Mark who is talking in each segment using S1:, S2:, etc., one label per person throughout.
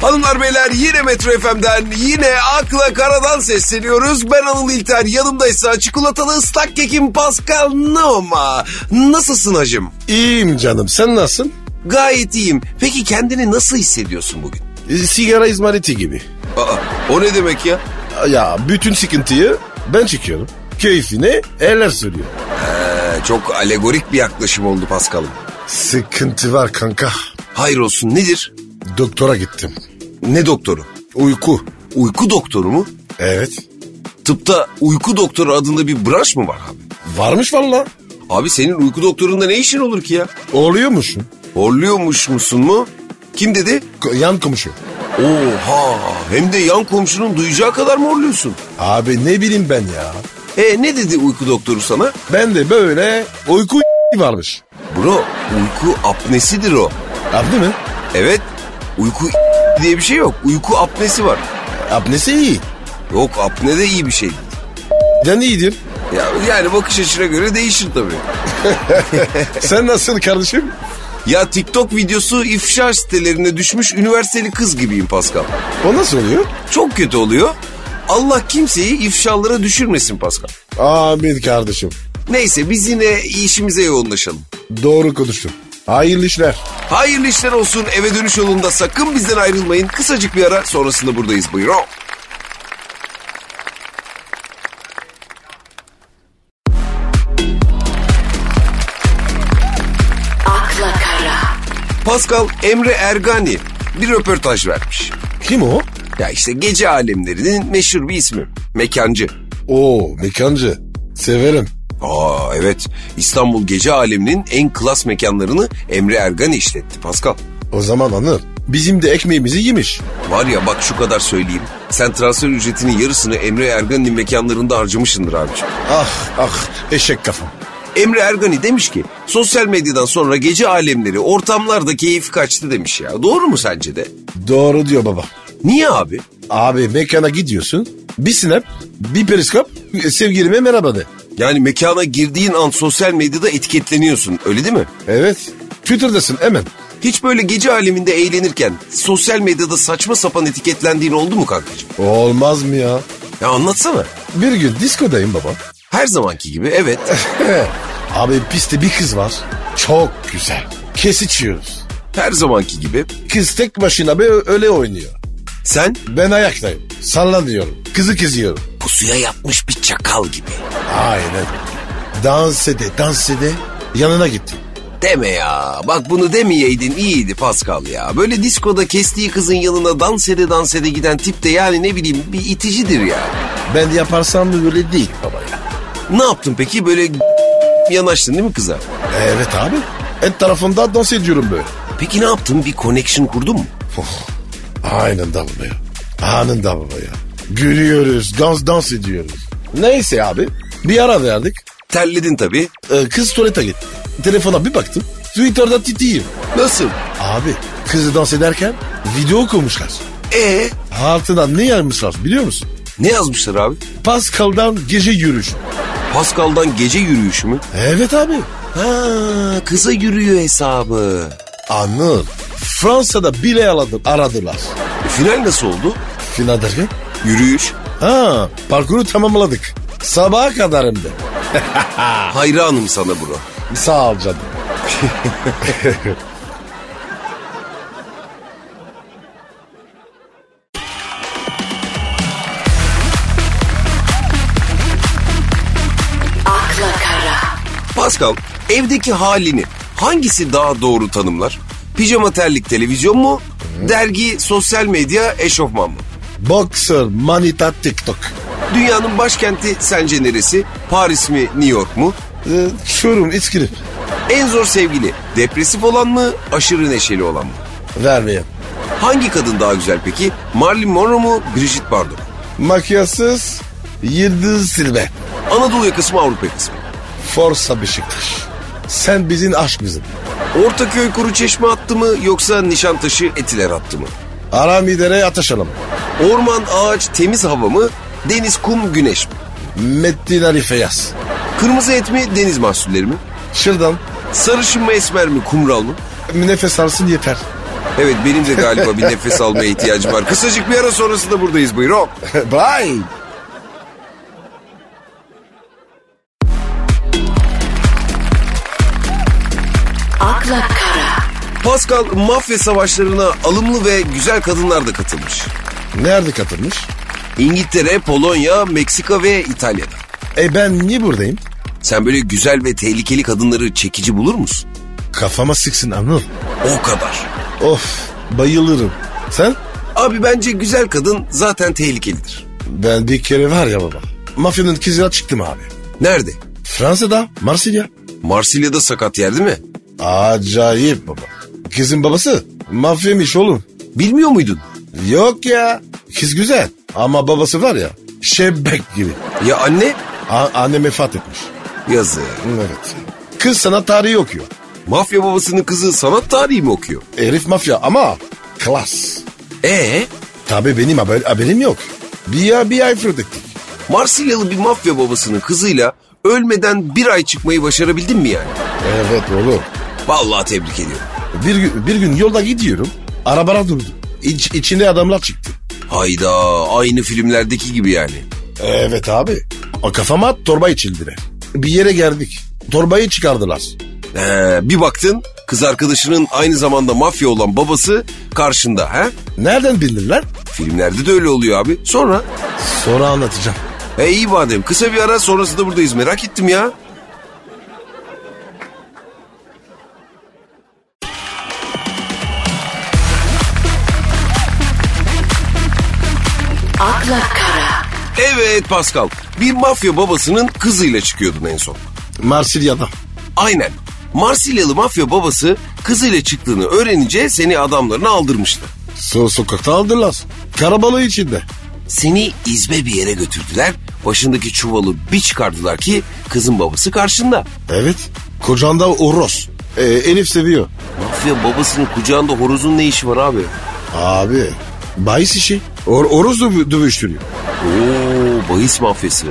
S1: Hanımlar beyler yine Metro FM'den yine akla karadan sesleniyoruz. Ben Anıl İlter yanımdaysa çikolatalı ıslak kekim Pascal Noma. Nasılsın hacım?
S2: İyiyim canım sen nasılsın?
S1: Gayet iyiyim. Peki kendini nasıl hissediyorsun bugün?
S2: E, Sigara izmariti gibi.
S1: Aa, o ne demek ya?
S2: Ya bütün sıkıntıyı ben çekiyorum. Keyfine eller sürüyor.
S1: Ee, çok alegorik bir yaklaşım oldu Pascal'ım.
S2: Sıkıntı var kanka.
S1: Hayır olsun nedir?
S2: Doktora gittim.
S1: Ne doktoru?
S2: Uyku.
S1: Uyku doktoru mu?
S2: Evet.
S1: Tıpta uyku doktoru adında bir branş mı var abi?
S2: Varmış valla.
S1: Abi senin uyku doktorunda ne işin olur ki ya?
S2: Oluyormuşsun.
S1: Horluyormuş musun mu? Kim dedi?
S2: Ko- Yan komşu.
S1: Oha! Hem de yan komşunun duyacağı kadar mı horluyorsun?
S2: Abi ne bileyim ben ya.
S1: E ne dedi uyku doktoru sana?
S2: Ben de böyle uyku varmış.
S1: Bro, uyku apnesidir o.
S2: Abi mi?
S1: Evet, uyku diye bir şey yok. Uyku apnesi var.
S2: Abnesi iyi.
S1: Yok apne de iyi bir şey.
S2: Ben iyidir.
S1: Ya, yani bakış açına göre değişir tabii.
S2: Sen nasılsın kardeşim?
S1: Ya TikTok videosu ifşa sitelerine düşmüş üniversiteli kız gibiyim Pascal.
S2: O nasıl oluyor?
S1: Çok kötü oluyor. Allah kimseyi ifşalara düşürmesin Pascal.
S2: Amin kardeşim.
S1: Neyse biz yine işimize yoğunlaşalım.
S2: Doğru konuştun. Hayırlı işler.
S1: Hayırlı işler olsun eve dönüş yolunda sakın bizden ayrılmayın. Kısacık bir ara sonrasında buradayız buyurun.
S3: akla kara,
S1: Pascal Emre Ergani bir röportaj vermiş.
S2: Kim o?
S1: Ya işte gece alemlerinin meşhur bir ismi. Mekancı.
S2: Oo mekancı. Severim.
S1: Aa evet İstanbul gece aleminin en klas mekanlarını Emre Ergani işletti Pascal.
S2: O zaman anır. Bizim de ekmeğimizi yemiş.
S1: Var ya bak şu kadar söyleyeyim. Sen transfer ücretinin yarısını Emre Ergani'nin mekanlarında harcamışsındır abiciğim.
S2: Ah ah eşek kafam.
S1: Emre Ergani demiş ki sosyal medyadan sonra gece alemleri ortamlarda keyif kaçtı demiş ya. Doğru mu sence de?
S2: Doğru diyor baba.
S1: Niye abi?
S2: Abi mekana gidiyorsun. Bir snap, bir periskop. Sevgilime merhaba de.
S1: Yani mekana girdiğin an sosyal medyada etiketleniyorsun öyle değil mi?
S2: Evet. Twitter'dasın hemen.
S1: Hiç böyle gece aleminde eğlenirken sosyal medyada saçma sapan etiketlendiğin oldu mu kankacığım?
S2: Olmaz mı ya?
S1: Ya anlatsana.
S2: Bir gün diskodayım baba.
S1: Her zamanki gibi evet.
S2: Abi piste bir kız var. Çok güzel. Kes içiyoruz.
S1: Her zamanki gibi.
S2: Kız tek başına böyle öyle oynuyor.
S1: Sen
S2: Ben ayaktayım. Sallanıyorum. Kızı keziyorum.
S1: pusuya yapmış bir çakal gibi.
S2: Aynen. Dans ede dans ede yanına gittim.
S1: Deme ya. Bak bunu demeyeydin iyiydi Pascal ya. Böyle diskoda kestiği kızın yanına dans ede dans ede giden tip de yani ne bileyim bir iticidir ya.
S2: Ben yaparsam da böyle değil baba ya.
S1: Ne yaptın peki böyle yanaştın değil mi kıza?
S2: Evet abi. Et tarafında dans ediyorum böyle.
S1: Peki ne yaptın bir connection kurdun mu?
S2: Oh, aynen da baba ya. Anında baba ya. Gülüyoruz, dans dans ediyoruz. Neyse abi. Bir ara verdik.
S1: Terledin tabii.
S2: Ee, kız tuvalete gitti. Telefona bir baktım. Twitter'da titiyim.
S1: Nasıl?
S2: Abi kızı dans ederken video koymuşlar.
S1: E
S2: Altına ne yazmışlar biliyor musun?
S1: ne yazmışlar abi?
S2: Pascal'dan gece yürüyüş.
S1: Pascal'dan gece yürüyüşü mü?
S2: Evet abi.
S1: Ha kıza yürüyor hesabı.
S2: Anıl. Fransa'da bile aradı, aradılar.
S1: E, final nasıl oldu?
S2: Final derken?
S1: Yürüyüş.
S2: Ha, parkuru tamamladık. Sabaha kadar hem de.
S1: Hayranım sana bro.
S2: Sağ ol canım.
S3: akla kara,
S1: Pascal evdeki halini hangisi daha doğru tanımlar? Pijama terlik televizyon mu? Dergi, sosyal medya, eşofman mı?
S2: Boxer, manita, tiktok.
S1: Dünyanın başkenti sence neresi? Paris mi, New York mu?
S2: Ee, şurum, içkili.
S1: En zor sevgili depresif olan mı, aşırı neşeli olan mı?
S2: Vermeyin.
S1: Hangi kadın daha güzel peki? Marilyn Monroe mu, Brigitte Bardot mu?
S2: Makyajsız, yıldız silme.
S1: Anadolu yakası mı, Avrupa yakası mı?
S2: Forsa Beşiktaş. Sen bizim aşk bizim.
S1: Ortaköy kuru çeşme attı mı yoksa Nişantaşı etiler attı mı?
S2: Aramidere ataşalım.
S1: Orman, ağaç, temiz hava mı? Deniz, kum, güneş mi?
S2: Metin Arife yaz.
S1: Kırmızı et mi, deniz mahsulleri mi?
S2: Şırdan
S1: Sarışın mı esmer mi kumral mı?
S2: nefes alsın yeter.
S1: Evet benim de galiba bir nefes almaya ihtiyacım var. Kısacık bir ara sonrasında buradayız buyur hop.
S2: Bye.
S3: akla kara,
S1: Pascal mafya savaşlarına alımlı ve güzel kadınlar da katılmış.
S2: Nerede katılmış?
S1: İngiltere, Polonya, Meksika ve İtalya'da.
S2: E ben niye buradayım?
S1: Sen böyle güzel ve tehlikeli kadınları çekici bulur musun?
S2: Kafama sıksın Anıl.
S1: O kadar.
S2: Of bayılırım. Sen?
S1: Abi bence güzel kadın zaten tehlikelidir.
S2: Ben bir kere var ya baba. Mafyanın kızına çıktım abi.
S1: Nerede?
S2: Fransa'da Marsilya.
S1: Marsilya'da sakat yer değil mi?
S2: Acayip baba. Kızın babası mafyamış oğlum.
S1: Bilmiyor muydun?
S2: Yok ya. Kız güzel ama babası var ya şebek gibi.
S1: Ya anne?
S2: A- annem vefat etmiş.
S1: Yazı.
S2: Evet. Kız sana tarihi okuyor.
S1: Mafya babasının kızı sanat tarihi mi okuyor?
S2: Herif mafya ama klas.
S1: Ee?
S2: Tabii benim haber, haberim yok. Bir ay, bir ay fırdıktık.
S1: Marsilyalı bir mafya babasının kızıyla ölmeden bir ay çıkmayı başarabildin mi yani?
S2: Evet oğlum.
S1: Vallahi tebrik ediyorum.
S2: Bir, gün- bir gün yolda gidiyorum. Arabana durdu. İç, içinde adamlar çıktı.
S1: Hayda aynı filmlerdeki gibi yani.
S2: Evet abi. O kafama at, torba içildiler. Bir yere geldik. Torbayı çıkardılar.
S1: Ee, bir baktın kız arkadaşının aynı zamanda mafya olan babası karşında ha?
S2: Nereden bilirler?
S1: Filmlerde de öyle oluyor abi. Sonra?
S2: Sonra anlatacağım.
S1: E iyi madem kısa bir ara sonrasında buradayız merak ettim ya.
S3: akla kara,
S1: Evet Pascal bir mafya babasının kızıyla çıkıyordun en son.
S2: Marsilya'da.
S1: Aynen. Marsilyalı mafya babası kızıyla çıktığını öğrenince seni adamlarına aldırmıştı.
S2: So sokakta aldılar. Karabalığı içinde.
S1: Seni izbe bir yere götürdüler. Başındaki çuvalı bir çıkardılar ki kızın babası karşında.
S2: Evet. Kocanda Uros. Ee, Elif seviyor.
S1: Mafya babasının kucağında horozun ne işi var abi?
S2: Abi. Bahis işi. Or Oros dövü- dövüştürüyor.
S1: Oo bahis mafyası.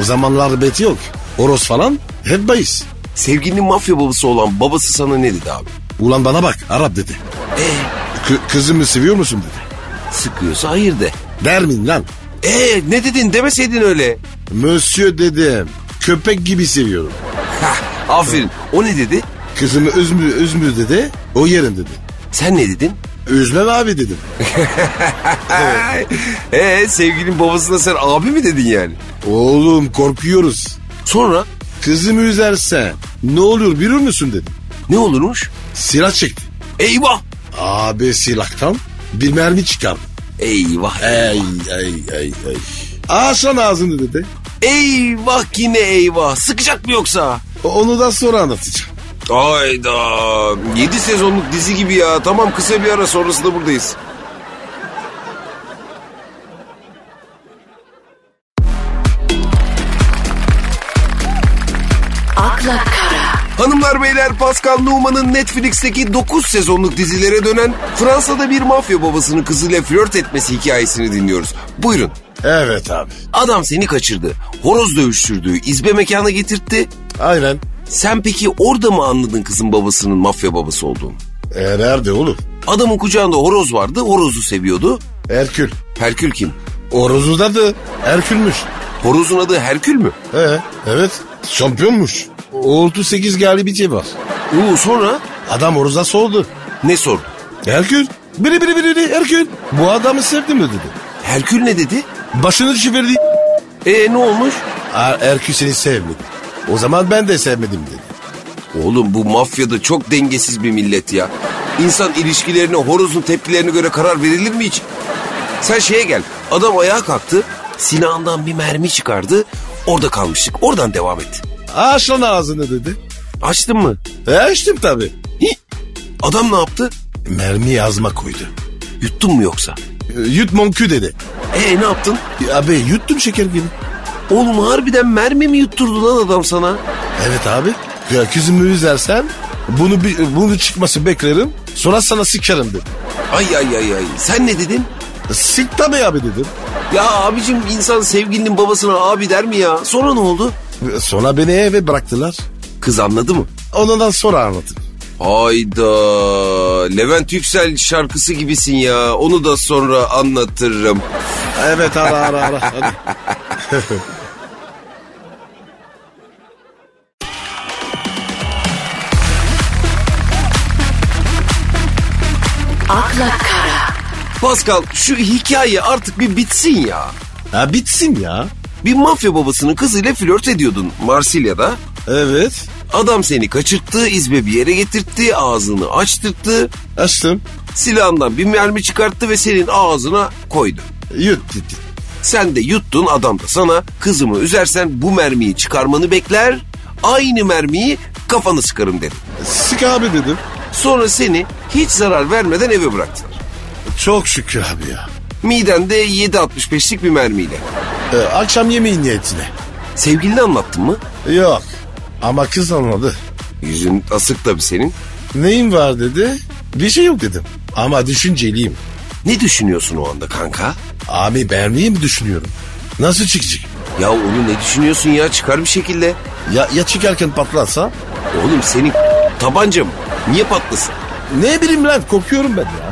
S2: O zamanlar bet yok. Oros falan hep bahis.
S1: Sevgilinin mafya babası olan babası sana ne dedi abi?
S2: Ulan bana bak Arap dedi.
S1: E
S2: Kı- kızımı seviyor musun dedi.
S1: sıkıyorsa hayır de.
S2: Der miyim lan?
S1: E ne dedin demeseydin öyle.
S2: Monsieur dedim. Köpek gibi seviyorum.
S1: Hah aferin. O ne dedi?
S2: Kızımı üzmü, üzmü dedi. O yerin dedi.
S1: Sen ne dedin?
S2: Üzmem abi dedim.
S1: Eee Eh, sevgilinin babasına sen abi mi dedin yani?
S2: Oğlum korkuyoruz.
S1: Sonra
S2: Kızımı üzersen ne olur biliyor musun dedim.
S1: ne olurmuş?
S2: Silah çekti.
S1: Eyvah!
S2: Abi silahtan bir mermi çıkardı.
S1: Eyvah!
S2: Ey ey ey ey. Açan ağzını dedi.
S1: Eyvah yine eyvah! Sıkacak mı yoksa?
S2: Onu da sonra anlatacağım.
S1: Ayda! 7 sezonluk dizi gibi ya. Tamam kısa bir ara sonrasında buradayız.
S3: akla kara,
S1: Hanımlar beyler Pascal Numan'ın Netflix'teki 9 sezonluk dizilere dönen Fransa'da bir mafya babasının kızıyla flört etmesi hikayesini dinliyoruz. Buyurun.
S2: Evet abi.
S1: Adam seni kaçırdı. Horoz dövüştürdüğü izbe mekana getirtti.
S2: Aynen.
S1: Sen peki orada mı anladın kızın babasının mafya babası olduğunu?
S2: E, nerede oğlum?
S1: Adamın kucağında horoz vardı, horozu seviyordu.
S2: Herkül.
S1: Herkül kim?
S2: Oruz'un adı Herkül'müş.
S1: Horozun adı Herkül mü?
S2: Ee, evet. Şampiyonmuş. O 38 galibiyeti var.
S1: Oo sonra
S2: Adam Oruz'a sordu.
S1: ne sordu?
S2: Herkül. Biri biri biri biri Herkül. Bu adamı sevdim mi dedi.
S1: Herkül ne dedi?
S2: Başını çevirdi.
S1: E ne olmuş?
S2: Aa, Herkül seni sevmedi. O zaman ben de sevmedim dedi.
S1: Oğlum bu mafyada çok dengesiz bir millet ya. İnsan ilişkilerine horozun tepkilerine göre karar verilir mi hiç? Sen şeye gel. Adam ayağa kalktı. Silahından bir mermi çıkardı. Orada kalmıştık. Oradan devam et.
S2: Aç lan ağzını dedi.
S1: Açtın mı?
S2: E açtım tabii.
S1: Hih. Adam ne yaptı?
S2: Mermi ağzıma koydu.
S1: Yuttun mu yoksa?
S2: Yut monkü dedi.
S1: E ne yaptın?
S2: Abi yuttum şeker gibi.
S1: Oğlum harbiden mermi mi yutturdu lan adam sana?
S2: Evet abi. Ya kızımı üzersen bunu bi- bunu çıkması beklerim. Sonra sana sikerim dedi. E,
S1: Ay ay ay ay. Sen ne dedin?
S2: Sik tabii abi dedim.
S1: Ya abicim insan sevgilinin babasına abi der mi ya? Sonra ne oldu?
S2: Sonra beni eve bıraktılar.
S1: Kız anladı mı?
S2: Ondan sonra anladım.
S1: Hayda. Levent Yüksel şarkısı gibisin ya. Onu da sonra anlatırım.
S2: Evet ara ara ara. Hadi.
S3: akla kara,
S1: Pascal şu hikaye artık bir bitsin ya.
S2: Ha, bitsin ya.
S1: Bir mafya babasının kızıyla flört ediyordun Marsilya'da.
S2: Evet.
S1: Adam seni kaçırttı, izbe bir yere getirtti, ağzını açtırttı.
S2: Açtım.
S1: Silahından bir mermi çıkarttı ve senin ağzına koydu.
S2: Yut dedi.
S1: Sen de yuttun adam da sana kızımı üzersen bu mermiyi çıkarmanı bekler. Aynı mermiyi kafana sıkarım dedi.
S2: Sık abi dedim.
S1: Sonra seni hiç zarar vermeden eve bıraktılar.
S2: Çok şükür abi ya.
S1: Midende 7.65'lik bir mermiyle.
S2: Ee, akşam yemeği niyetine.
S1: Sevgilini anlattın mı?
S2: Yok. Ama kız anladı.
S1: Yüzün asık tabii senin.
S2: Neyin var dedi. Bir şey yok dedim. Ama düşünceliyim.
S1: Ne düşünüyorsun o anda kanka?
S2: Abi vermeyi mi düşünüyorum? Nasıl çıkacak?
S1: Ya onu ne düşünüyorsun ya çıkar bir şekilde.
S2: Ya, ya çıkarken patlarsa?
S1: Oğlum senin tabanca mı? Niye patlasın?
S2: Ne bileyim lan korkuyorum ben ya.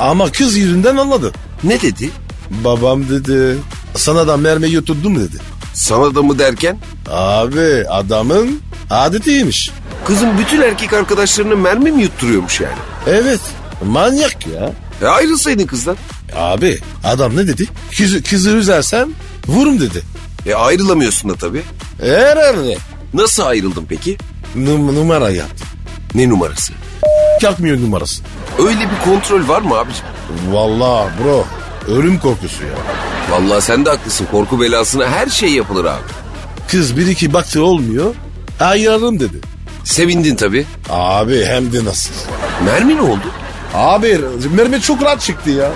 S2: Ama kız yüzünden anladı.
S1: Ne dedi?
S2: Babam dedi. Sana da mermi yuturdum dedi.
S1: Sana da mı derken?
S2: Abi adamın adetiymiş.
S1: Kızın bütün erkek arkadaşlarını mermi mi yutturuyormuş yani?
S2: Evet manyak ya.
S1: E ayrılsaydın kızdan.
S2: Abi adam ne dedi? Kızı, kızı üzersem vurum dedi.
S1: E ayrılamıyorsun da tabii.
S2: Herhalde.
S1: Nasıl ayrıldın peki?
S2: Num- numara yaptı.
S1: Ne numarası?
S2: Kalkmıyor numarası.
S1: Öyle bir kontrol var mı abicim?
S2: Vallahi bro ölüm korkusu ya.
S1: Vallahi sen de haklısın. Korku belasına her şey yapılır abi.
S2: Kız bir iki baktı olmuyor. Ayıralım dedi.
S1: Sevindin tabii.
S2: Abi hem de nasıl?
S1: Mermi ne oldu?
S2: Abi mermi çok rahat çıktı ya.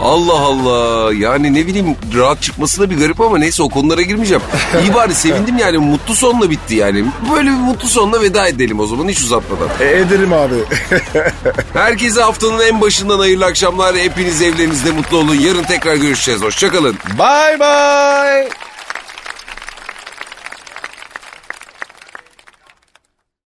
S1: Allah Allah. Yani ne bileyim rahat çıkması da bir garip ama neyse o konulara girmeyeceğim. İyi bari sevindim yani mutlu sonla bitti yani. Böyle bir mutlu sonla veda edelim o zaman hiç uzatmadan.
S2: E, ederim abi.
S1: Herkese haftanın en başından hayırlı akşamlar. Hepiniz evlerinizde mutlu olun. Yarın tekrar görüşeceğiz. Hoşçakalın.
S2: bye bye.